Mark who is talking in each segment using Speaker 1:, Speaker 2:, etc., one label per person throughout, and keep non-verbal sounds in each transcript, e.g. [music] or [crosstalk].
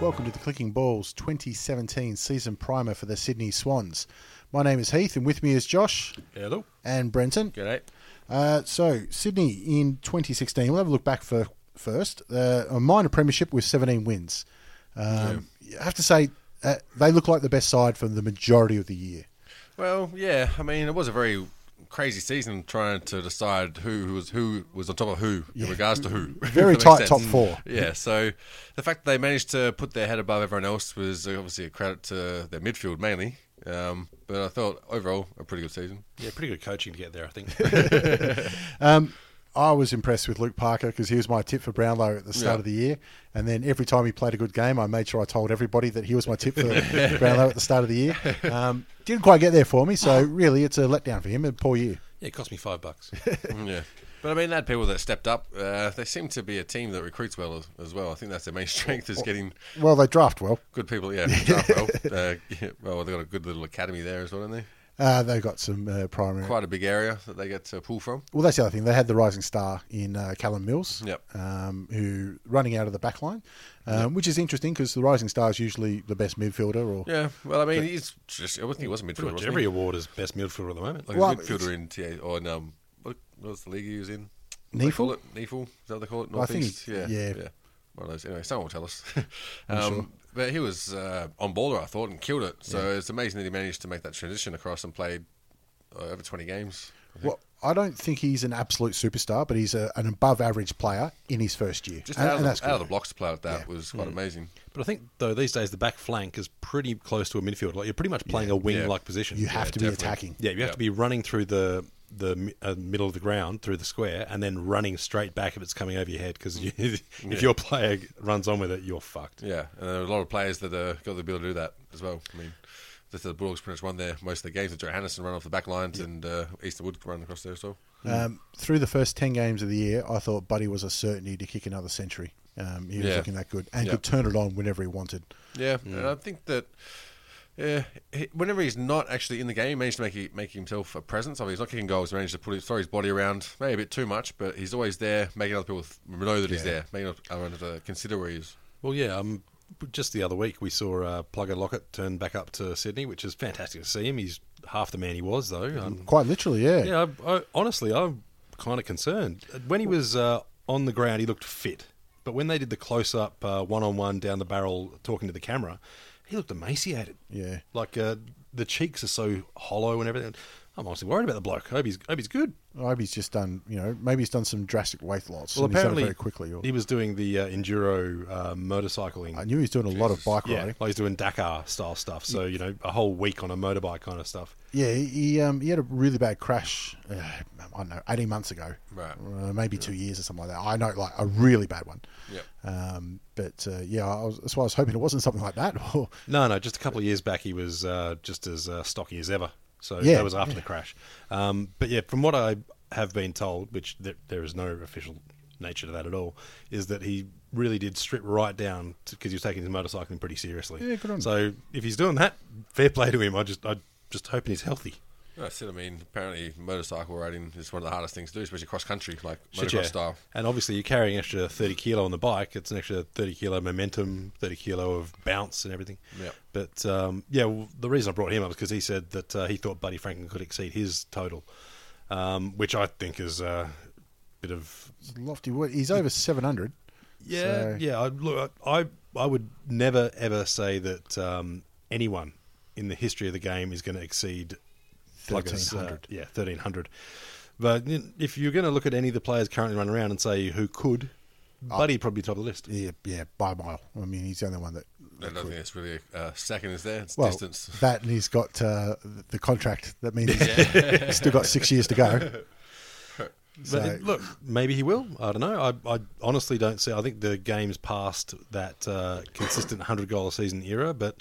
Speaker 1: Welcome to the Clicking Balls 2017 season primer for the Sydney Swans. My name is Heath, and with me is Josh
Speaker 2: Hello.
Speaker 1: and Brenton.
Speaker 2: G'day.
Speaker 1: Uh, so Sydney in 2016. We'll have a look back for first. Uh, a minor premiership with 17 wins. Um, I have to say uh, they look like the best side for the majority of the year.
Speaker 2: Well, yeah. I mean, it was a very crazy season trying to decide who was who was on top of who in regards
Speaker 1: [laughs]
Speaker 2: to who. If
Speaker 1: Very
Speaker 2: that makes
Speaker 1: tight
Speaker 2: sense.
Speaker 1: top four.
Speaker 2: Yeah. So the fact that they managed to put their head above everyone else was obviously a credit to their midfield mainly. Um, but I thought overall a pretty
Speaker 1: [laughs]
Speaker 2: good season.
Speaker 3: Yeah, pretty good coaching to get there, I think.
Speaker 1: I was impressed with Luke Parker because he was my tip for Brownlow at the start
Speaker 2: Yeah.
Speaker 1: of the year, and then every time he played a good game, I made sure I told everybody that he was my tip for
Speaker 2: [laughs]
Speaker 1: Brownlow at the start of the year. Um, didn't quite get there for me, so really it's a letdown for him. A poor year.
Speaker 3: yeah, it cost me
Speaker 1: [laughs]
Speaker 3: five bucks.
Speaker 2: yeah. But I mean, they had people that stepped up. Uh, they seem to be a team that recruits well as, as well. I think that's their main [laughs] strength
Speaker 1: Oh.
Speaker 2: is getting
Speaker 1: Well, they draft well.
Speaker 2: good
Speaker 1: [laughs]
Speaker 2: people. Yeah, draft well. Uh, yeah, well, they've got a good little academy there as well, haven't they?
Speaker 1: Uh, they got some uh, primary.
Speaker 2: Quite a big area that they get to pull from.
Speaker 1: Well, that's the other thing. They had the rising star in uh, Callum Mills,
Speaker 2: Yep.
Speaker 1: um, who running out of the back line, um, which is interesting because the rising star is usually the best midfielder. Or
Speaker 2: Yeah, well, I mean, he's just. I would think he was a midfielder.
Speaker 3: Pretty much
Speaker 2: Wasn't
Speaker 3: every
Speaker 2: he?
Speaker 3: award is best midfielder at the moment.
Speaker 2: Like
Speaker 1: Well,
Speaker 2: a midfielder in TA or in um, what was the league he was in? What do they
Speaker 1: Neefle?
Speaker 2: call it Neefle. Is that what they call it?
Speaker 1: I think-
Speaker 2: Northeast. yeah,
Speaker 1: yeah.
Speaker 2: One of those. Anyway, someone will tell us. [laughs] um, But he was uh, on baller, I thought, and killed it. So it's amazing that he managed to make that transition across and played uh, over twenty games.
Speaker 1: well, I don't think he's an absolute superstar, but he's a, an above average player in his first year.
Speaker 2: Just
Speaker 1: And-
Speaker 2: out,
Speaker 1: and
Speaker 2: of,
Speaker 1: that's
Speaker 2: the, out of
Speaker 1: good. Mm.
Speaker 2: the blocks to play like that was quite amazing.
Speaker 3: But I think, though, these days the back flank is pretty close to a midfield. Like You're pretty much playing a wing like position.
Speaker 1: You have to be
Speaker 2: definitely.
Speaker 1: attacking.
Speaker 3: Yeah, you have
Speaker 2: Yeah.
Speaker 3: to be running through the the mi- uh, middle of the ground through the square and then running straight back if it's coming over your head because you,
Speaker 1: Mm.
Speaker 3: [laughs] if your player runs on with it, you're fucked.
Speaker 2: Yeah, and there are a lot of players that uh, got the ability to do that as well. I mean, the, the Bulldogs pretty much won their most of their games. Joe Hannison run off the back lines, and uh, Easterwood run across there as well.
Speaker 1: Um, through the first 10 games of the year, I thought Buddy was a certainty to kick another century. Um, he was
Speaker 2: Yeah.
Speaker 1: looking that good and
Speaker 2: Yeah.
Speaker 1: could turn it on whenever he wanted.
Speaker 2: Yeah, and I think that. Yeah, he, whenever he's not actually in the game, he managed to make he, make himself a presence. I mean, he's not kicking goals, he managed to put his, throw his body around, maybe a bit too much, but he's always there, making other people th- know that he's there, making other- other ones uh, consider where he is.
Speaker 3: Well, yeah. Um, just the other week, we saw uh, Plugger Lockett turn back up to Sydney, which is fantastic to see him. He's half the man he was, though. Um,
Speaker 1: Quite literally, yeah.
Speaker 3: Yeah, I, I, honestly, I'm kind of concerned. When he was uh, on the ground, he looked fit, but when they did the close-up, uh, one-on-one down the barrel, talking to the camera, he looked emaciated.
Speaker 1: Yeah.
Speaker 3: like uh, the cheeks are so hollow and everything. I'm honestly worried about the bloke. I hope he's, hope he's good.
Speaker 1: I hope he's just done, you know, maybe he's done some drastic weight loss.
Speaker 3: Well,
Speaker 1: and he's done it
Speaker 3: apparently,
Speaker 1: very quickly. Or,
Speaker 3: he was doing the uh, enduro uh, motorcycling.
Speaker 1: I knew he was doing a lot of bike
Speaker 3: yeah,
Speaker 1: riding.
Speaker 3: like he's doing Dakar style stuff. So you know, a whole week on a motorbike kind of stuff.
Speaker 1: Yeah, he- he um, he had a really bad crash. Uh, I don't know, eighteen months ago,
Speaker 2: Right.
Speaker 1: Uh, maybe two years or something like that. I know, like a really bad one.
Speaker 2: Yep.
Speaker 1: Um, but uh, yeah, I was, that's why I was hoping it wasn't something like that. [laughs] Or
Speaker 3: No, no, just a couple of years back, he was uh, just as uh, stocky as ever. So
Speaker 1: Yeah,
Speaker 3: that was after the crash. Um, but yeah, from what I have been told, which there, there is no official nature to that at all, is that he really did strip right down because he was taking his motorcycling pretty seriously.
Speaker 1: Yeah, good on him.
Speaker 3: so if he's doing that, fair play to him. I just, I just hoping he's healthy.
Speaker 2: That's it. I mean, apparently, motorcycle riding is one of the hardest things to do, especially cross country, like
Speaker 3: Shit,
Speaker 2: motocross
Speaker 3: yeah.
Speaker 2: style.
Speaker 3: And obviously, you're carrying an extra 30 kilo on the bike. It's an extra 30 kilo momentum, 30 kilo of bounce and everything.
Speaker 2: Yeah.
Speaker 3: But um, yeah, well, the reason I brought him up is because he said that uh, he thought Buddy Franklin could exceed his total, um, which I think is uh, a bit of
Speaker 1: lofty, wo- he's over seven hundred.
Speaker 3: yeah, yeah. I, look, I I I would never ever say that um, anyone in the history of the game is going to exceed Plugger's, uh,
Speaker 1: 1300.
Speaker 3: yeah, thirteen hundred. But you know, if you're going to look at any of the players currently running around and say who could, Buddy probably top of the list.
Speaker 1: Yeah, yeah, by a mile. I mean, he's the only one that.
Speaker 2: I don't think it's really a uh, second is there. It's
Speaker 1: Well,
Speaker 2: distance. [laughs]
Speaker 1: that and he's got uh, the contract. That means he's still got six years to go.
Speaker 2: [laughs]
Speaker 3: But
Speaker 1: So-
Speaker 3: it- look, maybe he will. I don't know. I, I honestly don't see. I think the game's past that uh, consistent hundred goal a season era. But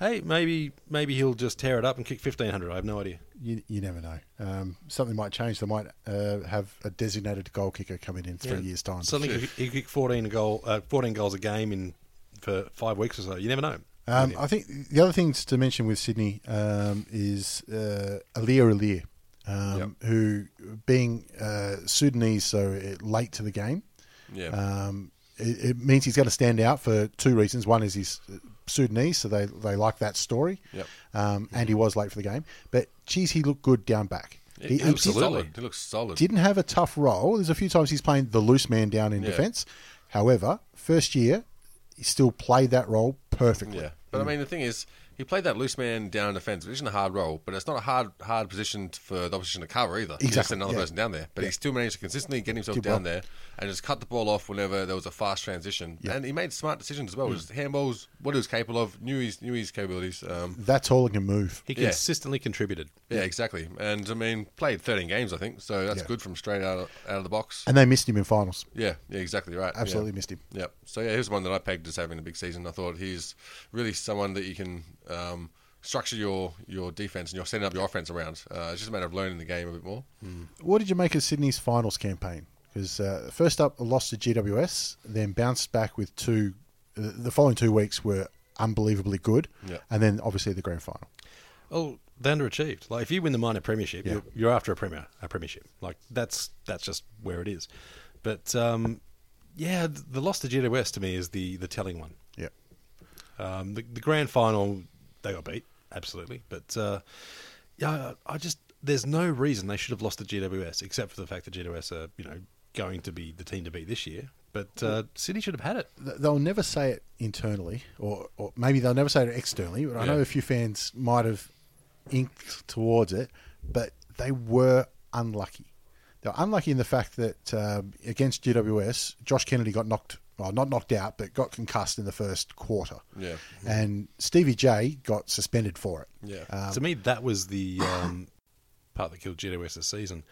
Speaker 3: hey, maybe maybe he'll just tear it up and kick fifteen hundred. I have no idea.
Speaker 1: You, you never know. Um, something might change. They might uh, have a designated goal kicker coming in three years' time.
Speaker 3: Suddenly he he kick fourteen a goal, uh, fourteen goals a game in for five weeks or so. You never know.
Speaker 1: Um, I think the other things to mention with Sydney um, is uh, Alir Alir, um, who being uh, Sudanese, so uh, late to the game,
Speaker 2: yeah.
Speaker 1: um, it, it means he's going to stand out for two reasons. One is he's uh, Sudanese, so they, they like that story,
Speaker 2: Yep. Mm-hmm.
Speaker 1: um, and he was late for the game. But geez, he looked good down back.
Speaker 2: It-
Speaker 1: He-
Speaker 2: it looks
Speaker 1: he-
Speaker 2: solid. He looks solid.
Speaker 1: didn't have a tough role. There's a few times he's playing the loose man down in
Speaker 2: Yeah.
Speaker 1: defence. However, first year, he still played that role perfectly.
Speaker 2: Yeah, but I mean, the thing is, he played that loose man down defence, which isn't a hard role, but it's not a hard hard position for the opposition to cover either. He just
Speaker 1: Exactly,
Speaker 2: sent another
Speaker 1: yeah.
Speaker 2: person down there, but he still managed to consistently get himself
Speaker 1: Did
Speaker 2: down
Speaker 1: well.
Speaker 2: there and just cut the ball off whenever there was a fast transition. And he made smart decisions
Speaker 1: Mm.
Speaker 2: as well. Just handballs, what he was capable of, knew his knew his capabilities. Um,
Speaker 1: That's all he can move.
Speaker 3: He
Speaker 2: Yeah.
Speaker 3: consistently contributed.
Speaker 2: yeah, exactly. And I mean, played 13 games, I think, so that's
Speaker 1: Yeah.
Speaker 2: good from straight out of, out of the box.
Speaker 1: And they missed him in finals.
Speaker 2: Yeah, yeah, exactly right. yeah.
Speaker 1: Absolutely missed him.
Speaker 2: Yep. So yeah, he was one that I pegged as having a big season. I thought he's really someone that you can um, structure your your defense and you're setting up your offense around. Uh, it's just a matter of learning the game a bit more.
Speaker 1: What did you make of Sydney's finals campaign? Because uh, first up, a loss to GWS, then bounced back with two. The the following two weeks were unbelievably good,
Speaker 2: Yeah.
Speaker 1: and then obviously the grand final.
Speaker 3: Oh, they underachieved. Like if you win the minor premiership,
Speaker 1: Yeah.
Speaker 3: you're, you're after a premier a premiership. Like that's that's just where it is. But um, yeah, th- the loss to GWS to me is the the telling one.
Speaker 1: Yeah,
Speaker 3: Um, the, the grand final they got beat absolutely, but uh, yeah, I I just there's no reason they should have lost to GWS except for the fact that GWS are you know going to be the team to beat this year. But uh, Sydney should have had it.
Speaker 1: Th- they'll never say it internally, or, or maybe they'll never say it externally. But I know
Speaker 2: Yeah.
Speaker 1: a few fans might have inked towards it, but they were unlucky. They were unlucky in the fact that um, against GWS, Josh Kennedy got knocked, well, not knocked out, but got concussed in the first quarter.
Speaker 2: Yeah. Mm-hmm.
Speaker 1: and Stevie J got suspended for it.
Speaker 2: Yeah.
Speaker 3: to me, that was the um, part that killed GWS this season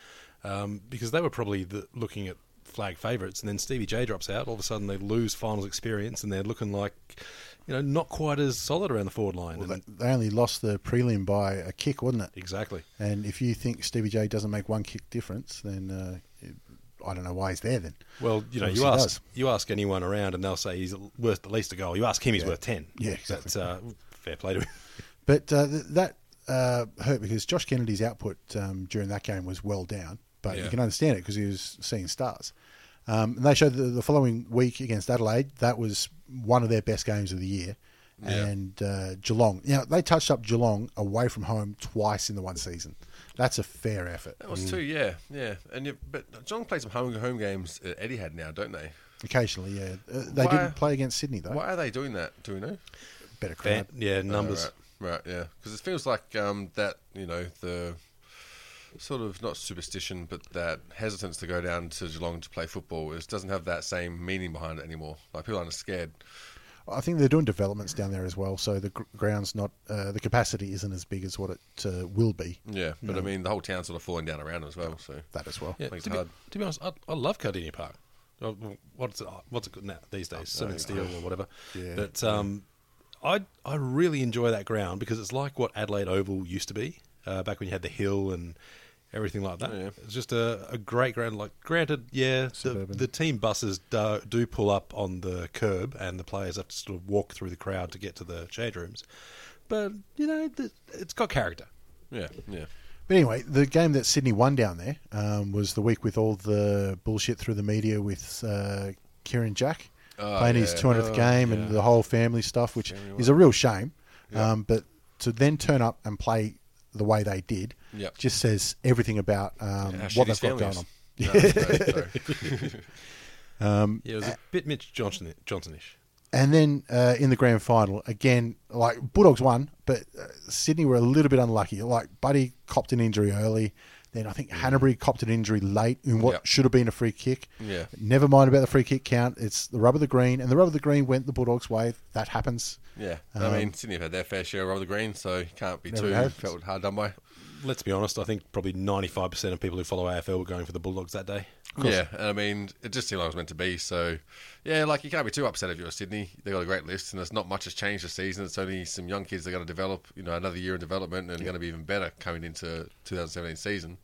Speaker 3: um, because they were probably the, looking at flag favourites, and then Stevie J drops out. All of a sudden, they lose finals experience, and they're looking like you know not quite as solid around the forward line.
Speaker 1: Well,
Speaker 3: and,
Speaker 1: they- they only lost the prelim by a kick, wasn't it?
Speaker 3: exactly.
Speaker 1: And if you think Stevie J doesn't make one kick difference, then uh, I don't know why he's there. Then
Speaker 3: Well, you know,
Speaker 1: Obviously
Speaker 3: you
Speaker 1: he
Speaker 3: ask
Speaker 1: does.
Speaker 3: you ask anyone around, and they'll say he's worth at least a goal. You ask him, he's worth ten.
Speaker 1: Yeah, exactly.
Speaker 3: That's, uh, fair play to him.
Speaker 1: But uh, th- that uh, hurt because Josh Kennedy's output um, during that game was well down. But
Speaker 2: Yeah.
Speaker 1: you can understand it because he was seeing stars. Um, and they showed the, the following week against Adelaide that was one of their best games of the year.
Speaker 2: Yeah.
Speaker 1: And uh, Geelong, you know, they touched up Geelong away from home twice in the one season. That's a fair effort.
Speaker 2: That was two, yeah, yeah. And you, but John played some home home games at Eddie had now, don't they?
Speaker 1: Occasionally, yeah, uh, they
Speaker 2: Why-
Speaker 1: didn't play against Sydney though.
Speaker 2: Why are they doing that? Do we know?
Speaker 1: Better crowd.
Speaker 3: yeah, numbers.
Speaker 2: Right, right yeah. Because it feels like um, that, you know, the sort of not superstition, but that hesitance to go down to Geelong to play football is, doesn't have that same meaning behind it anymore. Like people aren't as scared.
Speaker 1: I think they're doing developments down there as well, so the gr- ground's not uh, the capacity isn't as big as what it uh, will be.
Speaker 2: Yeah, but I mean, the whole town's sort of falling down around as well. So
Speaker 1: That as well.
Speaker 3: Yeah,
Speaker 2: Makes
Speaker 3: to,
Speaker 2: it
Speaker 3: be,
Speaker 2: hard.
Speaker 3: to be honest, I, I love Cardinia Park. Uh, What's it, what's it good now these days? Seven Steel or whatever.
Speaker 1: Yeah.
Speaker 3: But um, I I really enjoy that ground because it's like what Adelaide Oval used to be uh, back when you had the hill and everything like that.
Speaker 2: Yeah.
Speaker 3: It's just a, a great ground. Like granted, yeah, the,
Speaker 1: Suburban.
Speaker 3: the team buses do, do pull up on the curb and the players have to sort of walk through the crowd to get to the change rooms. But you know, th- it's got character.
Speaker 2: yeah, yeah,
Speaker 1: But anyway, the game that Sydney won down there um, was the week with all the bullshit through the media with uh, Kieran Jack
Speaker 2: Oh,
Speaker 1: playing his
Speaker 2: yeah.
Speaker 1: 200th
Speaker 2: Oh,
Speaker 1: game
Speaker 2: yeah.
Speaker 1: and the whole family stuff, which is a real shame. Um, but to then turn up and play the way they did
Speaker 2: Yep.
Speaker 1: just says everything about um,
Speaker 2: How shitty
Speaker 1: what they've got
Speaker 2: family
Speaker 1: going
Speaker 2: is.
Speaker 1: on. [laughs]
Speaker 2: No, sorry, sorry.
Speaker 3: Yeah, it was a bit Mitch Johnson Johnson ish.
Speaker 1: And then uh, in the grand final, again, like Bulldogs won, but uh, Sydney were a little bit unlucky. Like Buddy copped an injury early. Then I think Hanbury copped an injury late in what
Speaker 2: Yep.
Speaker 1: should have been a free kick.
Speaker 2: Yeah.
Speaker 1: Never mind about the free kick count. It's the rub of the green, and the rub of the green went the Bulldogs' way. That happens.
Speaker 2: Yeah, I mean Sydney have had their fair share of the green, so you can't be
Speaker 1: Never
Speaker 2: too
Speaker 1: Um, have.
Speaker 2: felt hard done by.
Speaker 3: Let's be honest. I think probably ninety-five percent of people who follow AFL were going for the Bulldogs that day.
Speaker 2: Yeah, and I mean it just seemed like it was meant to be. So yeah, like you can't be too upset if you're Sydney. They got a great list, and there's not much has changed this season. It's only some young kids that are going to develop, you know, another year in development, and going to be even better coming into 2017 season.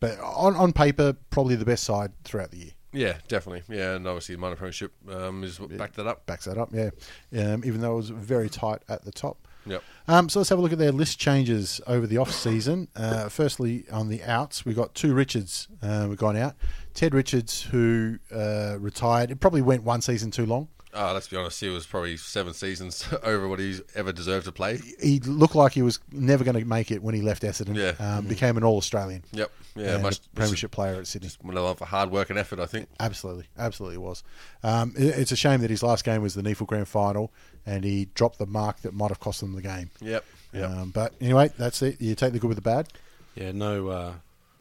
Speaker 1: But on, on paper, probably the best side throughout the year.
Speaker 2: Yeah, definitely. Yeah, and obviously the minor premiership um, is what backed that up.
Speaker 1: Backs that up, yeah. Um, even though it was very tight at the top.
Speaker 2: Yep.
Speaker 1: Um, so let's have a look at their list changes over the off season. Uh, firstly, on the outs, we got two Richards. Uh, we've gone out. Ted Richards, who uh, retired, it probably went one season too long.
Speaker 2: Uh, let's be honest, he was probably seven seasons [laughs] over what he's ever deserved to play.
Speaker 1: He looked like he was never going to make it when he left Essendon.
Speaker 2: Yeah. Mm-hmm.
Speaker 1: Um, became an All Australian.
Speaker 2: Yep. Yeah,
Speaker 1: and
Speaker 2: much
Speaker 1: a premiership player at Sydney.
Speaker 2: Well, love for hard work and effort, I think.
Speaker 1: Absolutely, absolutely was. Um, it- it's a shame that his last game was the Neefle Grand Final, and he dropped the mark that might have cost them the game.
Speaker 2: Yep. Yep.
Speaker 1: Um, but anyway, that's it. You take the good with the bad.
Speaker 3: Yeah, no, uh,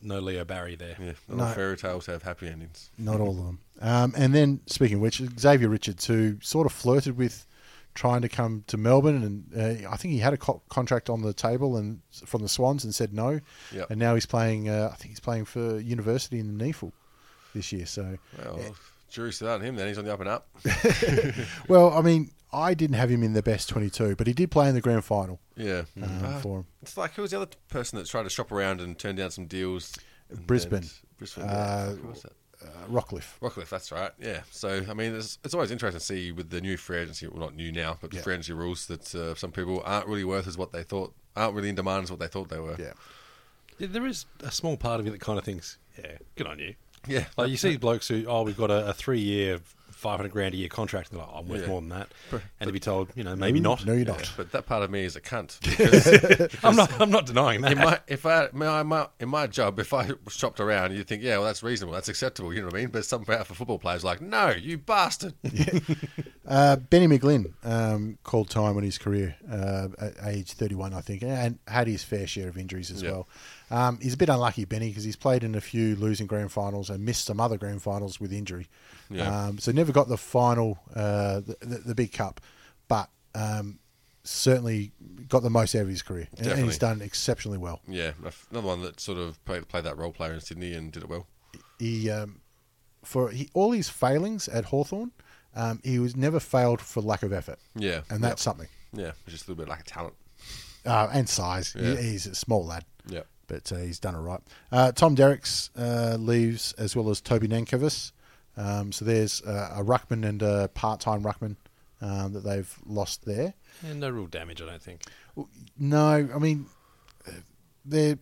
Speaker 3: no Leo Barry there.
Speaker 2: yeah. Not all fairy tales have happy endings.
Speaker 1: Not all of them. Um, and then, speaking of which, Xavier Richards, who sort of flirted with trying to come to Melbourne, and uh, I think he had a co- contract on the table and from the Swans and said no.
Speaker 2: Yep.
Speaker 1: And now he's playing. Uh, I think he's playing for university in the Neefle this year. So,
Speaker 2: Well, jury's still out on him then. He's on the up and [laughs] up.
Speaker 1: well, I mean, I didn't have him in the best twenty-two, but he did play in the grand final
Speaker 2: Yeah.
Speaker 1: um,
Speaker 2: Uh,
Speaker 1: for him.
Speaker 2: it's like, who was the other person that tried to shop around and turn down some deals? And
Speaker 1: Brisbane.
Speaker 2: then- Brisbane. yeah.
Speaker 1: Uh,
Speaker 2: Who was that?
Speaker 1: Uh, Rockcliffe.
Speaker 2: Rockcliffe, that's right. Yeah. So, I mean, it's, it's always interesting to see with the new free agency, well, not new now, but the free agency rules that uh, some people aren't really worth as what they thought, aren't really in demand as what they thought they were.
Speaker 1: Yeah.
Speaker 3: Yeah, there is a small part of you that kind of thinks, yeah, good on you.
Speaker 2: Yeah.
Speaker 3: Like you see blokes who, oh, we've got a, a three-year, five hundred grand a year contract, and they're like, "Oh, I'm worth
Speaker 2: Yeah.
Speaker 3: more than that, and to be told, you know, maybe not.
Speaker 1: No, you're not.
Speaker 2: But that part of me is
Speaker 1: [laughs]
Speaker 2: a cunt. Because
Speaker 3: [laughs] I'm not. I'm not denying that.
Speaker 2: in my if I my, my in my job, if I shopped around, you'd think, yeah, well, that's reasonable, that's acceptable, you know what I mean? But somehow for football players, like, no, you bastard.
Speaker 1: Uh, Benny McGlynn um, called time on his career uh, at age 31, I think, and had his fair share of injuries as
Speaker 2: Yeah.
Speaker 1: well. Um, he's a bit unlucky, Benny, because he's played in a few losing grand finals and missed some other grand finals with injury.
Speaker 2: Yeah.
Speaker 1: Um, so never got the final, uh, the, the, the big cup, but um, certainly got the most out of his career. And, and he's
Speaker 2: Definitely.
Speaker 1: done exceptionally well.
Speaker 2: Yeah, another one that sort of played, played that role player in Sydney and did it well.
Speaker 1: he um, for he, all his failings at Hawthorn, um, he was never failed for lack of effort.
Speaker 2: Yeah.
Speaker 1: and that's something.
Speaker 2: Yeah, just a little bit like a talent.
Speaker 1: Uh, and size. He-
Speaker 2: Yeah.
Speaker 1: he's a small lad,
Speaker 2: Yeah.
Speaker 1: but uh, he's done all right. Uh, Tom Derricks uh, leaves as well as Toby Nankovis. Um, so there's uh, a ruckman and a part-time ruckman um, that they've lost there.
Speaker 3: Yeah, no real damage, I don't think.
Speaker 1: No, I mean, their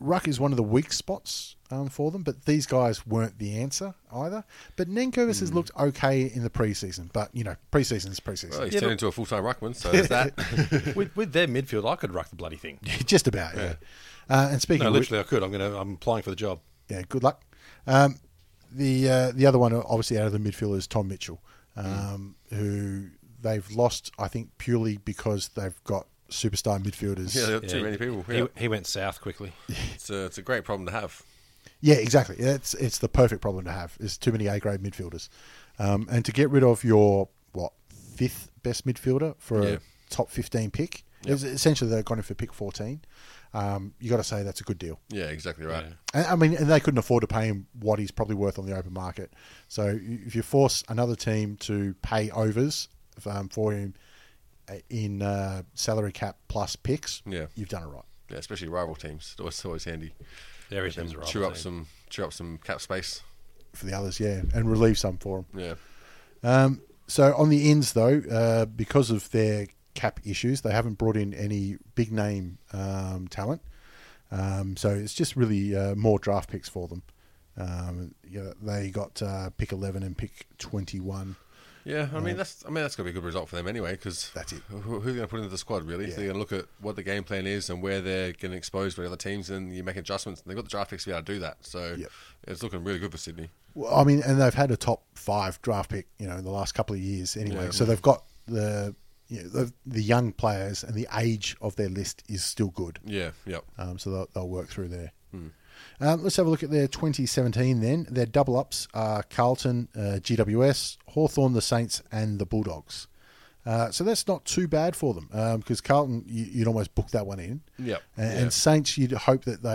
Speaker 1: ruck is one of the weak spots um, for them, but these guys weren't the answer either. But Nankervis has looked okay in the preseason, but you know, preseason is preseason,
Speaker 2: Well, he's
Speaker 3: Yeah,
Speaker 2: turned into
Speaker 3: but-
Speaker 2: a full time ruckman, so there's that.
Speaker 3: [laughs] with, with their midfield, I could ruck the bloody thing.
Speaker 1: [laughs] just about. Yeah. Uh, and speaking
Speaker 3: No,
Speaker 1: of which,
Speaker 3: literally, I could. I'm gonna. I'm applying for the job.
Speaker 1: yeah, good luck. Um, the uh, the other one, obviously, out of the midfield is Tom Mitchell, um, who they've lost, I think, purely because they've got superstar midfielders.
Speaker 2: yeah, there are too many people. Yeah.
Speaker 3: He, he went south quickly.
Speaker 2: It's, a, it's a great problem to have.
Speaker 1: Yeah, exactly. It's it's the perfect problem to have. Is too many A grade midfielders, um, and to get rid of your what fifth best midfielder for
Speaker 2: Yeah.
Speaker 1: a top fifteen pick. It's essentially, they've gone in for pick fourteen. Um, you got to say that's a good deal.
Speaker 2: Yeah, exactly right.
Speaker 1: And, I mean, and they couldn't afford to pay him what he's probably worth on the open market. So if you force another team to pay overs um, for him uh, in uh, salary cap plus picks,
Speaker 2: Yeah.
Speaker 1: you've done it right.
Speaker 2: Yeah, especially rival teams. It's always, it's always handy.
Speaker 3: There
Speaker 2: Them
Speaker 3: teams are
Speaker 2: chew up some chew up some cap space.
Speaker 1: For the others, yeah, and relieve some for him.
Speaker 2: Yeah.
Speaker 1: So on the ends, though, uh, because of their cap issues, they haven't brought in any big name um, talent. Um, so it's just really uh, more draft picks for them. Um, yeah, they got uh, pick eleven and pick twenty one
Speaker 2: Yeah, I mean that's I mean that's gonna be a good result for them anyway because
Speaker 1: That's it.
Speaker 2: Who, who's gonna put into the squad really? They're gonna look at what the game plan is and where they're getting exposed by other teams, and you make adjustments. And they've got the draft picks to be able to do that, so
Speaker 1: Yep.
Speaker 2: it's looking really good for Sydney.
Speaker 1: Well, I mean, and they've had a top five draft pick, you know, in the last couple of years anyway.
Speaker 2: Yeah.
Speaker 1: So they've got the you know, the, the young players, and the age of their list is still good.
Speaker 2: Yeah, yep.
Speaker 1: Um, so they'll, they'll work through there.
Speaker 2: Hmm.
Speaker 1: Um, let's have a look at their 2017 then. Their double ups are Carlton, uh, GWS, Hawthorn, the Saints, and the Bulldogs. Uh, so that's not too bad for them because Carlton, you, you'd almost book that one in.
Speaker 2: Yep.
Speaker 1: And,
Speaker 2: Yeah.
Speaker 1: and Saints, you'd hope that they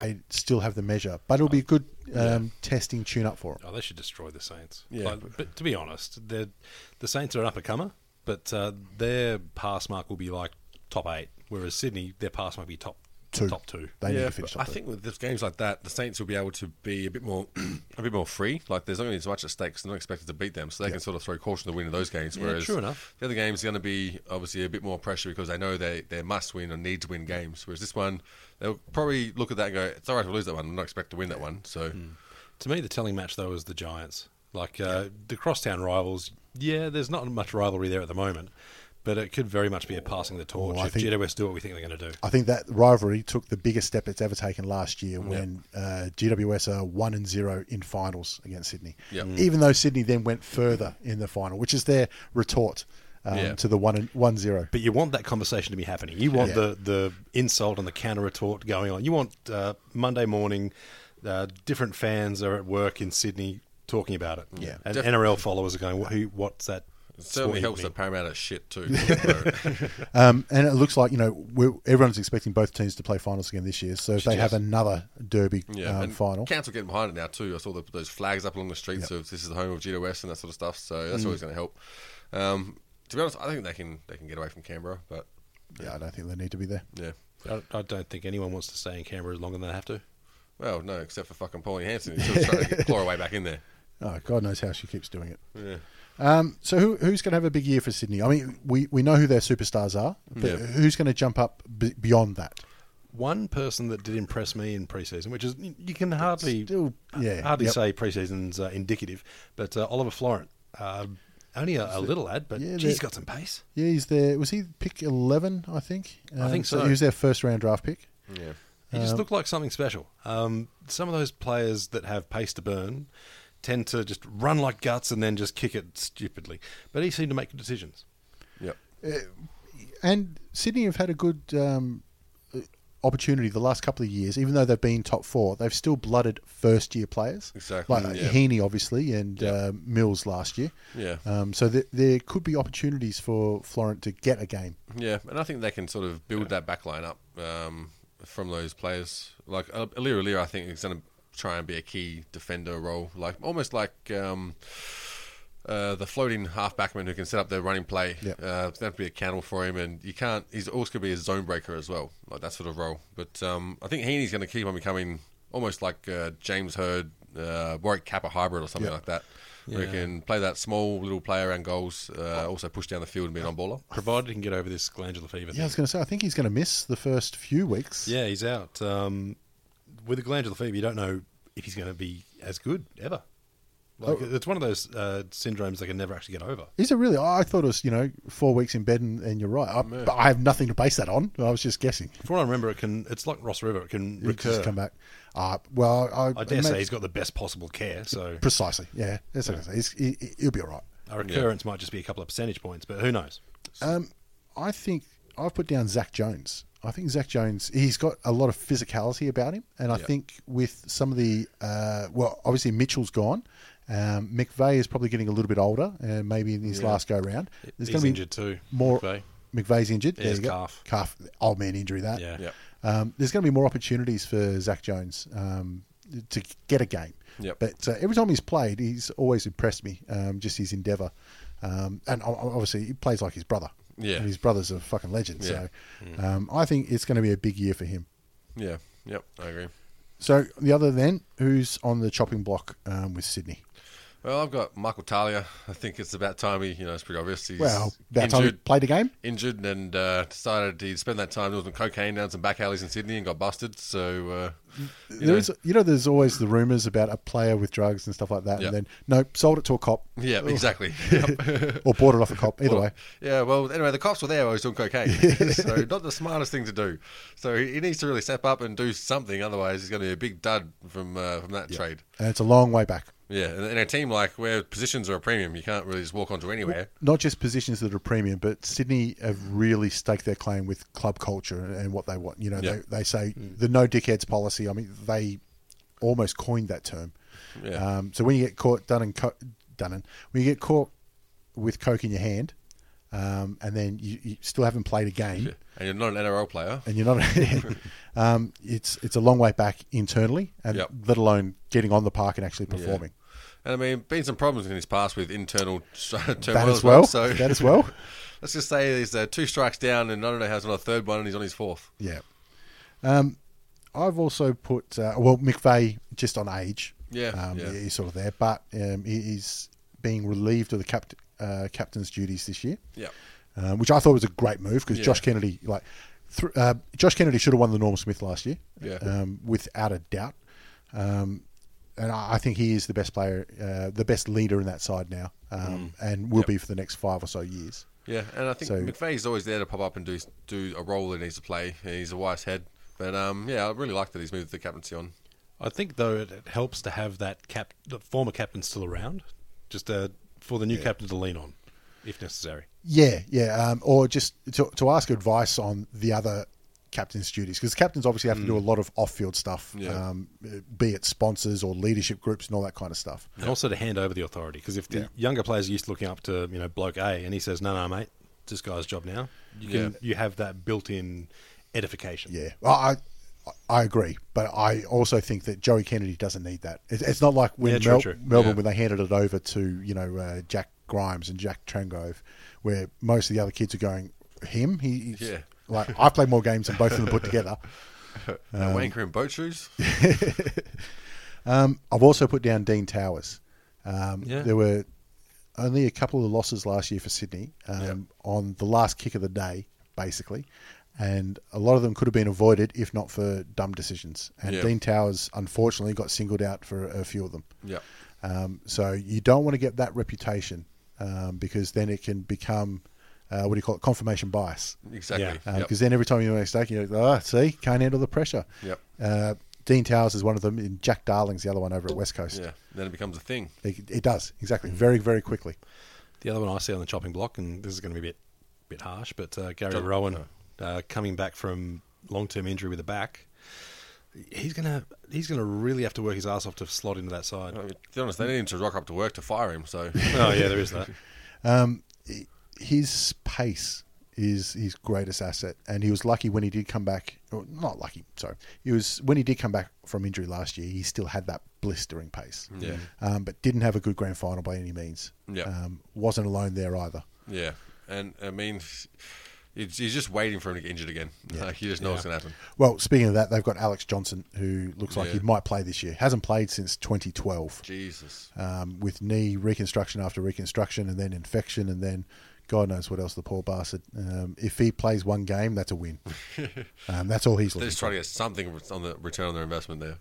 Speaker 1: they still have the measure, but it'll be a good um, testing tune up for them.
Speaker 3: Oh, they should destroy the Saints.
Speaker 2: Yeah.
Speaker 3: Like, but to be honest, they're, the Saints are an up and comer, but uh, their pass mark will be like top eight, whereas Sydney, their pass might be top
Speaker 1: Two.
Speaker 3: Top two.
Speaker 1: They need
Speaker 2: yeah,
Speaker 1: to finish
Speaker 2: but
Speaker 1: up.
Speaker 2: I
Speaker 1: there.
Speaker 2: think with this games like that, the Saints will be able to be a bit more, [clears throat] a bit more free. Like there's not going to be as much at stake. 'cause They're not expected to beat them, so they can sort of throw caution to the wind in those games.
Speaker 3: Yeah,
Speaker 2: whereas
Speaker 3: true enough.
Speaker 2: the other game's going to be obviously a bit more pressure because they know they they must win or need to win games. Whereas this one, they'll probably look at that and go, "It's all right to lose that one. I'm not expected to win that one." So
Speaker 1: Hmm.
Speaker 3: To me, the telling match though is the Giants. Like uh, the crosstown rivals, yeah, there's not much rivalry there at the moment, but it could very much be a passing the torch
Speaker 1: Oh, I
Speaker 3: if
Speaker 1: think-
Speaker 3: GWS do what we think they're going to do.
Speaker 1: I think that rivalry took the biggest step it's ever taken last year when uh, GWS are one and zero in finals against Sydney.
Speaker 2: Yep. Mm.
Speaker 1: Even though Sydney then went further in the final, which is their retort um,
Speaker 2: Yeah.
Speaker 1: to the one and one zero.
Speaker 3: But you want that conversation to be happening. You want
Speaker 1: Yeah.
Speaker 3: the, the insult and the counter retort going on. You want uh, Monday morning, uh, different fans are at work in Sydney talking about it.
Speaker 1: Yeah.
Speaker 3: and
Speaker 2: Def-
Speaker 3: NRL followers are going, "Wha- "Who? What's that?"
Speaker 2: it certainly
Speaker 3: sport
Speaker 2: helps that
Speaker 3: evening?"
Speaker 2: Parramatta shit
Speaker 1: [laughs]
Speaker 2: too.
Speaker 1: Um, and it looks like you know we're, everyone's expecting both teams to play finals again this year. So if they have another derby
Speaker 2: yeah,
Speaker 1: um,
Speaker 2: and
Speaker 1: final,
Speaker 2: Council getting behind it now too. I saw the, those flags up along the streets of this is the home of GWS and that sort of stuff. So
Speaker 1: Mm.
Speaker 2: that's always going to help. Um, to be honest, I think they can they can get away from Canberra, but
Speaker 1: yeah, I don't think they need to be there.
Speaker 2: yeah.
Speaker 3: I, I don't think anyone wants to stay in Canberra longer than they have to.
Speaker 2: Well, no, except for fucking Paulie Hanson. He's still
Speaker 1: [laughs]
Speaker 2: trying to get- claw her way back in there.
Speaker 1: Oh, God knows how she keeps doing it. Um, so who, who's going to have a big year for Sydney? I mean, we, we know who their superstars are, but
Speaker 2: Yeah.
Speaker 1: who's going to jump up b- beyond that?
Speaker 3: One person that did impress me in preseason, which is you can hardly
Speaker 1: Still, yeah,
Speaker 3: hardly
Speaker 1: yep.
Speaker 3: say preseason's uh, indicative, but uh, Oliver Florent, uh, only a, a little lad, but
Speaker 1: Yeah,
Speaker 3: gee,
Speaker 1: they're-
Speaker 3: he's got some pace.
Speaker 1: Yeah, he's there. Was he pick eleven? I think. Um,
Speaker 3: think so.
Speaker 1: He was their first round draft pick.
Speaker 2: Yeah.
Speaker 3: He just looked like something special. Um, some of those players that have pace to burn tend to just run like guts and then just kick it stupidly. But he seemed to make good decisions.
Speaker 2: Yep.
Speaker 1: And Sydney have had a good um, uh, opportunity the last couple of years. Even though they've been top four, they've still blooded first year players.
Speaker 2: Exactly,
Speaker 1: Like uh,
Speaker 2: yeah.
Speaker 1: Heaney, obviously, and uh, Mills last year.
Speaker 2: Yeah.
Speaker 1: Um, so th- there could be opportunities for Florent to get a game.
Speaker 2: Yeah. And I think they can sort of build that back line up um, from those players. Like, uh, Alir Alir, I think, is going to try and be a key defender role. Like, almost like. Um, uh, the floating halfbackman who can set up their running play.
Speaker 1: Yeah.
Speaker 2: Uh, that would be accountable for him, and you can't. He's also going to be a zone breaker as well, like that sort of role. But um, I think Heaney's going to keep on becoming almost like uh, James Hurd, uh, Warwick Kappa hybrid or something
Speaker 1: Yeah. Oh.
Speaker 2: like that. Where he can play that small little play around goals, uh, also push down the field and be an on baller.
Speaker 3: Provided he can get over this glandular fever.
Speaker 1: Yeah, I
Speaker 3: thing.
Speaker 1: was going to say. I think he's going to miss the first few weeks.
Speaker 3: Yeah, he's out. Um, with a glandular fever, you don't know if he's going to be as good ever.
Speaker 1: Oh.
Speaker 3: Like, It's one of those uh, syndromes they can never actually get over.
Speaker 1: Is it really? I thought it was, you know, four weeks in bed, and, and you're right. I, but I have nothing to base that on. I was just guessing.
Speaker 3: From what I remember, it can. It's like Ross River; it can
Speaker 1: It would
Speaker 3: recur.
Speaker 1: just come back. Uh, well, I,
Speaker 3: I dare say
Speaker 1: imagine-
Speaker 3: he's got the best possible care, so
Speaker 1: precisely. Yeah, that's what I say. He's, he, he- he'll be all right.
Speaker 3: a recurrence might just be a couple of percentage points, but who knows?
Speaker 1: Um, I think I've put down Zach Jones. I think Zach Jones. He's got a lot of physicality about him, and I think with some of the uh, well, obviously Mitchell's gone. Um, McVeigh is probably getting a little bit older, and maybe in his last go round,
Speaker 3: He's
Speaker 1: gonna
Speaker 3: injured too,
Speaker 1: More
Speaker 3: McVeigh.
Speaker 1: McVeigh's injured.
Speaker 3: Yeah,
Speaker 1: there
Speaker 3: his
Speaker 1: you go.
Speaker 3: calf.
Speaker 1: calf, old man injury. That
Speaker 3: Yeah.
Speaker 2: Yeah.
Speaker 1: Um, there's going to be more opportunities for Zach Jones um, to get a game.
Speaker 2: Yep.
Speaker 1: But uh, every time he's played, he's always impressed me. Um, just his endeavour, um, and o- o- obviously he plays like his brother.
Speaker 2: Yeah.
Speaker 1: and his brother's a fucking legend.
Speaker 2: Yeah.
Speaker 3: Mm.
Speaker 1: So um, I think it's going to be a big year for him.
Speaker 2: Yeah. Yep. I agree.
Speaker 1: So the other then, who's on the chopping block um, with Sydney?
Speaker 2: Well, I've got Michael Talia. I think it's about time he, you know, it's pretty obvious. He's
Speaker 1: Well, about time he
Speaker 2: injured,
Speaker 1: played a game.
Speaker 2: injured and uh, decided he'd spend that time doing some cocaine down some back alleys in Sydney and got busted. So, uh, you
Speaker 1: There
Speaker 2: know,
Speaker 1: is, you know, there's always the rumours about a player with drugs and stuff like that,
Speaker 2: Yeah.
Speaker 1: and then nope, sold it to a
Speaker 2: [laughs]
Speaker 1: cop
Speaker 2: yeah,
Speaker 1: [laughs]
Speaker 2: exactly. Yep.
Speaker 1: or bought it off a cop. Either way,
Speaker 2: Yeah, well, anyway, the cops were there while he was doing cocaine.
Speaker 1: [laughs]
Speaker 2: so, not the smartest thing to do. So, he he needs to really step up and do something. Otherwise, he's going to be a big dud from uh, from that trade.
Speaker 1: and it's a long way back.
Speaker 2: Yeah. And in a team like where positions are a premium, you can't really just walk onto anywhere.
Speaker 1: Not just positions that are premium, but Sydney have really staked their claim with club culture and, and what they want. You know,
Speaker 2: Yeah.
Speaker 1: they, they say the no dickheads policy. I mean, they almost coined that term.
Speaker 2: Yeah.
Speaker 1: Um, so when you get caught done and co- done and when you get caught with coke in your hand, um, and then you, you still haven't played a game,
Speaker 2: And you're not an NRL player.
Speaker 1: and you're not. [laughs] um, it's it's a long way back internally, and
Speaker 2: Yep.
Speaker 1: let alone getting on the park and actually performing.
Speaker 2: And I mean, been some problems in his past with internal [laughs] turmoil
Speaker 1: That as well.
Speaker 2: So [laughs]
Speaker 1: That as well.
Speaker 2: let's just say he's uh, two strikes down, and I don't know how he's on a third one, and he's on his fourth.
Speaker 1: Yeah. Um, I've also put uh, well McVeigh just on age.
Speaker 2: Yeah,
Speaker 1: um,
Speaker 2: yeah.
Speaker 1: he's sort of there, but um, he, he's being relieved of the capt- uh, captain's duties this year.
Speaker 2: Yeah,
Speaker 1: um, which I thought was a great move because
Speaker 2: Yeah.
Speaker 1: Josh Kennedy, like, thr uh, Josh Kennedy should have won the Norm Smith last year,
Speaker 2: Yeah.
Speaker 1: um, without a doubt. Um, and I, I think he is the best player, uh, the best leader in that side now, um,
Speaker 2: Mm.
Speaker 1: and will be for the next five or so years.
Speaker 2: yeah. And I think
Speaker 1: So-
Speaker 2: McVeigh's always there to pop up and do do a role that he needs to play. He's a wise head, but um, yeah, I really like that he's moved the captaincy on.
Speaker 3: I think though it, it helps to have that cap, the former captain still around, just uh, for the new captain to lean on, if necessary.
Speaker 1: Yeah, yeah. Um, or just to, to ask advice on the other captain's duties because captains obviously have to do a lot of off-field stuff,
Speaker 2: Mm. Yeah.
Speaker 1: um, be it sponsors or leadership groups and all that kind of stuff.
Speaker 3: and also to hand over the authority. Because if the younger players are used to looking up to you know bloke A, and he says, "No, no, mate, it's this guy's job now," you can
Speaker 2: Yeah.
Speaker 3: you have that built-in edification.
Speaker 1: Yeah, well, I I agree, but I also think that Joey Kennedy doesn't need that. It, it's not like when
Speaker 3: Yeah, true,
Speaker 1: Mel-
Speaker 3: true.
Speaker 1: Melbourne
Speaker 2: Yeah.
Speaker 1: when they handed it over to you know uh, Jack Grimes and Jack Trangove, where most of the other kids are going him. He, he's-
Speaker 2: Yeah.
Speaker 1: like I've played more games than both of them put
Speaker 3: [laughs]
Speaker 1: together.
Speaker 2: Um, Wanker in boat shoes.
Speaker 1: Um, I've also put down Dean Towers. Um,
Speaker 3: Yeah.
Speaker 1: There were only a couple of losses last year for Sydney um,
Speaker 2: Yep.
Speaker 1: on the last kick of the day, basically. And a lot of them could have been avoided if not for dumb decisions. And
Speaker 2: Yeah.
Speaker 1: Dean Towers, unfortunately, got singled out for a few of them.
Speaker 2: yeah,
Speaker 1: Um, so you don't want to get that reputation um, because then it can become, uh, what do you call it, confirmation bias.
Speaker 2: exactly.
Speaker 1: Because
Speaker 2: Yep.
Speaker 1: then every time you make a mistake, you're like, oh, see, can't handle the pressure.
Speaker 2: Yep.
Speaker 1: Uh, Dean Towers is one of them, and Jack Darling's the other one over at West Coast.
Speaker 2: yeah. Then it becomes a thing.
Speaker 1: It, it does, exactly. Very, very quickly.
Speaker 3: The other one I see on the chopping block, and this is going to be a bit bit harsh, but uh, Gary Rowan uh, coming back from long-term injury with a back, he's gonna he's gonna really have to work his ass off to slot into that side.
Speaker 2: I mean, to be honest, they need him to rock up to work to fire him.
Speaker 1: [laughs]
Speaker 2: So
Speaker 3: oh yeah, there is that.
Speaker 1: His pace is his greatest asset, and he was lucky when he did come back. Or not lucky, sorry. He was when he did come back from injury last year. He still had that blistering pace,
Speaker 2: Mm. Yeah.
Speaker 1: um, but didn't have a good grand final by any means.
Speaker 2: Yeah.
Speaker 1: um, wasn't alone there either.
Speaker 2: yeah, and I mean, he's he's just waiting for him to get injured again. Like you just know what's going to happen.
Speaker 1: Well, speaking of that, they've got Alex Johnson, who looks like
Speaker 2: Yeah.
Speaker 1: he might play this year. Hasn't played since 2012.
Speaker 2: Jesus.
Speaker 1: um, with knee reconstruction after reconstruction and then infection and then God knows what else the poor bastard. Um, if he plays one game, that's a
Speaker 2: [laughs]
Speaker 1: win. um, that's all he's
Speaker 2: They're
Speaker 1: looking
Speaker 2: just
Speaker 1: for.
Speaker 2: trying to get something on the return on their investment there.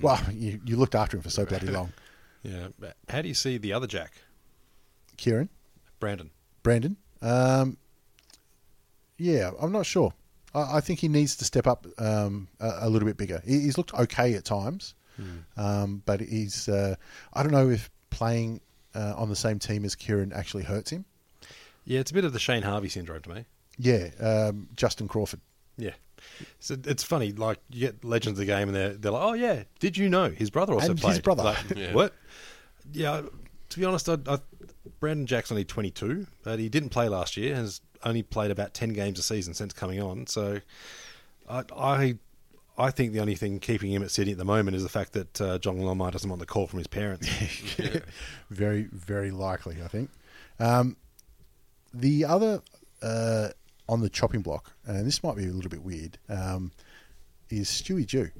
Speaker 1: Well, you, you looked after him for so bloody long.
Speaker 3: Yeah, but how do you see the other Jack,
Speaker 1: Kieran,
Speaker 3: Brandon?
Speaker 1: Brandon. Um, yeah, I'm not sure. I, I think he needs to step up um, a, a little bit bigger. He, he's looked okay at times, um, but he's. Uh, I don't know if playing uh, on the same team as Kieran actually hurts him.
Speaker 3: Yeah, it's a bit of the Shane Harvey syndrome to me.
Speaker 1: Yeah, um, Justin Crawford.
Speaker 3: Yeah. So it's funny, like you get legends of the game, and they're they're like, oh yeah, did you know his brother also
Speaker 1: And his
Speaker 3: played?
Speaker 1: brother.
Speaker 3: [laughs] Like,
Speaker 2: Yeah.
Speaker 3: what? Yeah. To be honest, I, I, Brandon Jack's only twenty two, but he didn't play last year. Has only played about ten games a season since coming on. So I I I think the only thing keeping him at Sydney at the moment is the fact that uh, John Lomar doesn't want the call from his [laughs] parents.
Speaker 1: [laughs] very, very likely, I think. Um, the other uh, on the chopping block, and this might be a little bit weird, um, is Stewie Jew.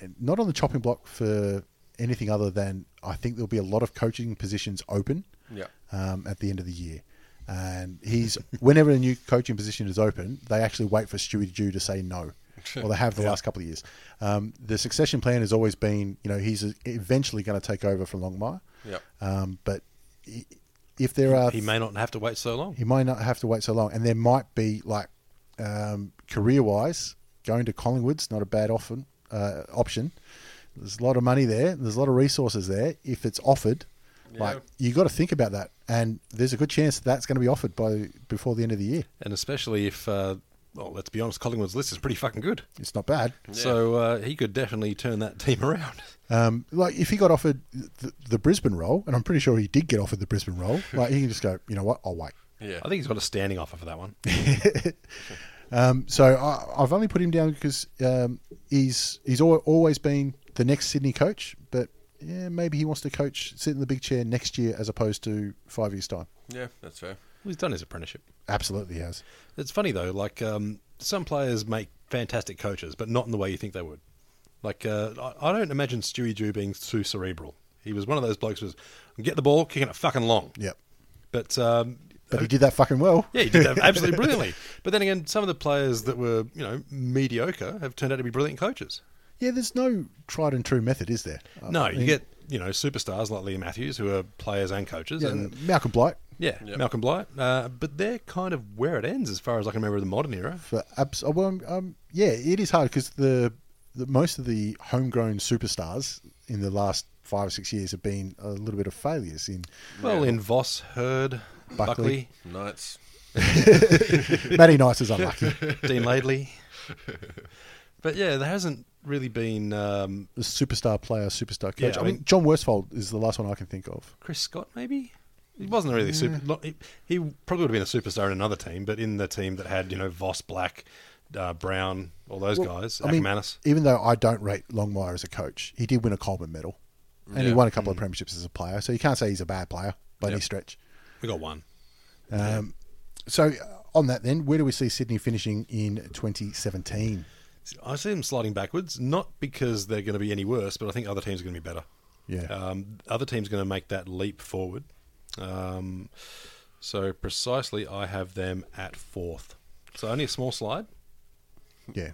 Speaker 1: And Not on the chopping block for anything other than I think there'll be a lot of coaching positions open
Speaker 2: Yeah.
Speaker 1: um, at the end of the year. And he's [laughs] whenever a new coaching position is open, they actually wait for Stewie Jew to say no. Well, they have the last couple of years. Um, the succession plan has always been, you know, he's eventually going to take over from Longmire.
Speaker 2: Yeah.
Speaker 1: Um, but i- if there are,
Speaker 3: He may not have to wait so long.
Speaker 1: he might not have to wait so long, and there might be like um, career-wise, going to Collingwood's not a bad often uh, option. There's a lot of money there. There's a lot of resources there if it's offered. Like you got to think about that, and there's a good chance that that's going to be offered by before the end of the year.
Speaker 3: And especially if, uh, well, let's be honest, Collingwood's list is pretty fucking good.
Speaker 1: It's not bad.
Speaker 3: So uh, he could definitely turn that [laughs] team around.
Speaker 1: Um, like if he got offered the, the Brisbane role, and I'm pretty sure he did get offered the Brisbane role, like he can just go, you know what, I'll wait.
Speaker 2: Yeah.
Speaker 3: I think he's got a standing offer for that one. [laughs]
Speaker 1: Um, so I, I've only put him down because um, he's he's al- always been the next Sydney coach, but yeah, maybe he wants to coach sit in the big chair next year as opposed to five years time.
Speaker 2: Yeah, that's fair.
Speaker 3: He's done his apprenticeship.
Speaker 1: Absolutely he has.
Speaker 3: It's funny though, like um, some players make fantastic coaches, but not in the way you think they would. Like uh, I, I don't imagine Stewie Jew being too cerebral. He was one of those blokes who was get the ball, kicking it fucking long.
Speaker 1: Yep.
Speaker 3: But um,
Speaker 1: But he did that fucking well.
Speaker 3: yeah, he did that absolutely brilliantly. But then again, some of the players that were you know mediocre have turned out to be brilliant coaches.
Speaker 1: Yeah, there's no tried and true method, is there? I
Speaker 3: No, you
Speaker 1: mean,
Speaker 3: get you know superstars like Liam Matthews who are players and coaches,
Speaker 1: yeah,
Speaker 3: and
Speaker 1: Uh, Malcolm Blight
Speaker 3: yeah,
Speaker 2: Yep.
Speaker 3: Malcolm Blight. Uh, but they're kind of where it ends as far as I can remember in the modern era.
Speaker 1: for abs- oh, well, um, um, yeah, it is hard because the, the most of the homegrown superstars in the last five or six years have been a little bit of failures
Speaker 3: [laughs]
Speaker 1: in
Speaker 3: Well, in Voss, Hurd,
Speaker 1: Buckley.
Speaker 2: Knights.
Speaker 1: Matty Nice is unlucky. [laughs]
Speaker 3: Dean Laidley. But yeah, there hasn't really been um,
Speaker 1: a superstar player, superstar coach.
Speaker 3: Yeah, I
Speaker 1: I mean,
Speaker 3: mean-
Speaker 1: John Worsfold is the last one I can think of.
Speaker 3: Chris Scott, maybe. He wasn't really a super. Not, he, he probably would have been a superstar in another team, but in the team that had you know Voss, Black, uh, Brown, all those guys,
Speaker 1: I mean,
Speaker 3: Ackermanis.
Speaker 1: even though I don't rate Longmire as a coach, he did win a Coleman medal, and he
Speaker 2: Yeah. Mm.
Speaker 1: won a couple of premierships as a player. So you can't say he's a bad player by any stretch.
Speaker 3: we got one.
Speaker 1: Um, So uh, on that, then, where do we see Sydney finishing in 2017?
Speaker 3: I see them sliding backwards, not because they're going to be any worse, but I think other teams are going to be better.
Speaker 1: Yeah.
Speaker 2: Uh,
Speaker 3: Um, other teams are going to make that leap forward. Um, so precisely, I have them at fourth. So only a small slide.
Speaker 1: Yeah,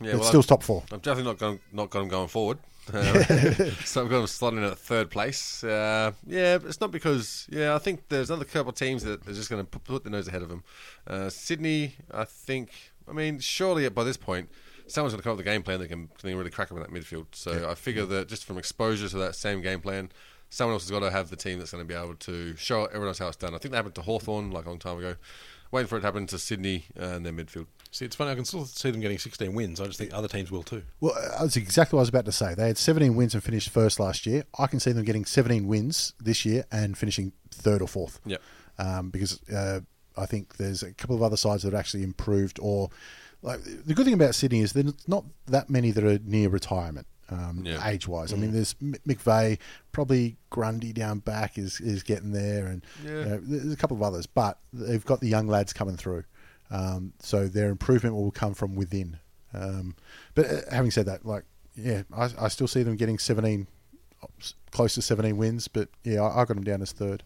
Speaker 2: Yeah,
Speaker 1: it's
Speaker 2: well,
Speaker 1: still
Speaker 2: I've-
Speaker 1: top four.
Speaker 2: I've definitely not gone not gone going forward. Uh, so I've got them slotting in at third place. Uh, yeah, but it's not because yeah, I think there's another couple of teams that are just going to put their nose ahead of them. Uh, Sydney, I think. I mean, surely by this point, someone's going to come up with a game plan that can, can really crack them in that midfield. So I figure that just from exposure to that same game plan, someone else has got to have the team that's going to be able to show everyone else how it's done. I think that happened to Hawthorn like a long time ago. Waiting for it to happen to Sydney uh, and their midfield.
Speaker 3: See, it's funny. I can still see them getting 16 wins. I just think other teams will too.
Speaker 1: Well, uh, that's exactly what I was about to say. They had 17 wins and finished first last year. I can see them getting 17 wins this year and finishing third or fourth.
Speaker 2: Yep.
Speaker 1: Um, because uh, I think there's a couple of other sides that have actually improved. Or like the good thing about Sydney is there's not that many that are near retirement. Um,
Speaker 2: Yeah. Mm.
Speaker 1: Age-wise, I mean, there's M- McVeigh, probably Grundy down back is is getting there, and you
Speaker 2: Yeah.
Speaker 1: know, there's a couple of others, but they've got the young lads coming through, um, so their improvement will come from within. Um, but uh, having said that, like, yeah, I, I still see them getting 17, close to 17 wins, but yeah, I, I got them down as third.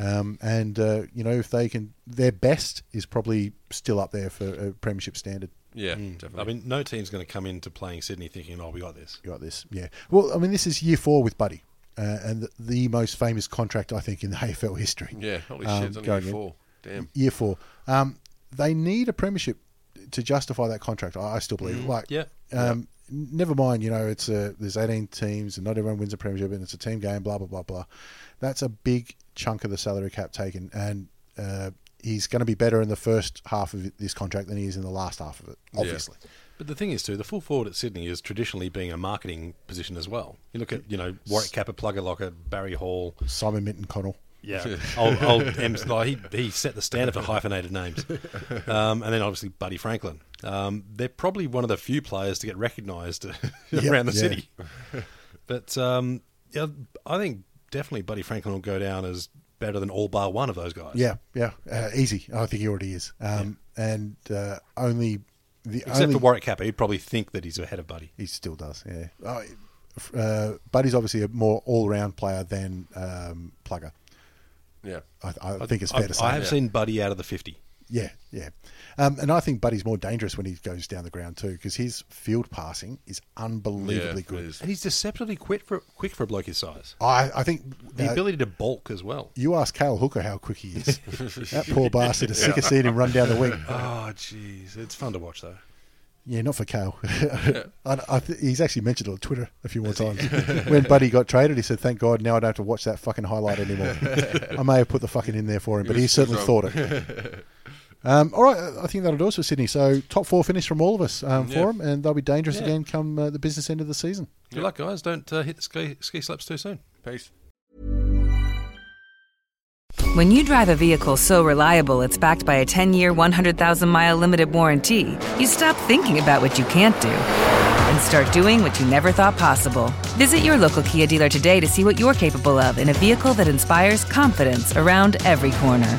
Speaker 1: Um, and uh, you know, if they can, their best is probably still up there for a premiership standard.
Speaker 2: Yeah, Mm, definitely.
Speaker 3: I mean, no team's going to come into playing Sydney thinking, "Oh, we got this."
Speaker 1: You got this, yeah. Well, I mean, this is year four with Buddy, uh, and the, the most famous contract I think in the [laughs] AFL history.
Speaker 2: Yeah, holy
Speaker 1: Um,
Speaker 2: shit, it's only
Speaker 1: going
Speaker 2: year
Speaker 1: in.
Speaker 2: four. Damn.
Speaker 1: year four. Um, they need a premiership to justify that contract. I, I still believe. Like,
Speaker 3: Yeah.
Speaker 1: Um, n- Never mind. You know, it's a there's 18 teams and not everyone wins a premiership and it's a team game. Blah blah blah blah. That's a big chunk of the salary cap taken, and uh, he's going to be better in the first half of this contract than he is in the last half of it. Obviously.
Speaker 3: But the thing is, too, the full forward at Sydney is traditionally being a marketing position as well. You look at, you know, Warwick Kappa, Plugger Locker, Barry Hall.
Speaker 1: Simon Minton Connell. [laughs]
Speaker 3: Yeah, [laughs] old, old M's, like he, he set the standard for hyphenated names. Um, and then obviously Buddy Franklin. Um, they're probably one of the few players to get recognised [laughs] around the
Speaker 1: yeah.
Speaker 3: city. But um, yeah, I think definitely Buddy Franklin will go down as better than all bar one of those guys.
Speaker 1: Yeah, yeah, uh, easy. I think he already is. Um, And uh, only the
Speaker 3: Except
Speaker 1: only
Speaker 3: for Warwick Capper, he'd probably think that he's ahead of Buddy.
Speaker 1: he still does. Yeah, uh, f- uh, Buddy's obviously a more all-round player than um, Plugger.
Speaker 2: Yeah.
Speaker 1: I, I think it's fair
Speaker 3: I,
Speaker 1: to say.
Speaker 3: I have
Speaker 2: yeah.
Speaker 3: seen Buddy out of the 50.
Speaker 1: Yeah, yeah. Um, and I think Buddy's more dangerous when he goes down the ground too because his field passing is unbelievably
Speaker 2: Yeah, it
Speaker 1: good.
Speaker 2: is.
Speaker 3: And he's deceptively quick for, quick for a bloke his size.
Speaker 1: I, I think
Speaker 3: The
Speaker 1: uh,
Speaker 3: ability to bulk as well.
Speaker 1: you ask Cal Hooker how quick he
Speaker 2: [laughs]
Speaker 1: is. that poor bastard is sick of seeing him run down the wing.
Speaker 3: Oh, jeez. It's fun to watch, though.
Speaker 1: Yeah, not for Cal. [laughs] I, I th- he's actually mentioned it on Twitter a few more times. when Buddy got traded, he said, "Thank God, now I don't have to watch that fucking highlight anymore." I may have put the fucking in there for him, but he
Speaker 2: was-
Speaker 1: certainly
Speaker 2: he was
Speaker 1: thought it. Um, all right, I think that'll do us for Sydney. So top four finish from all of us um,
Speaker 2: Yeah.
Speaker 1: for him, and they'll be dangerous
Speaker 3: Yeah.
Speaker 1: again come uh, the business end of the season.
Speaker 3: Good luck, guys. Don't uh, hit the ski, ski slopes too soon.
Speaker 2: Peace.
Speaker 4: When you drive a vehicle so reliable it's backed by a 10 year, 100,000 mile limited warranty, you stop thinking about what you can't do and start doing what you never thought possible. Visit your local Kia dealer today to see what you're capable of in a vehicle that inspires confidence around every corner.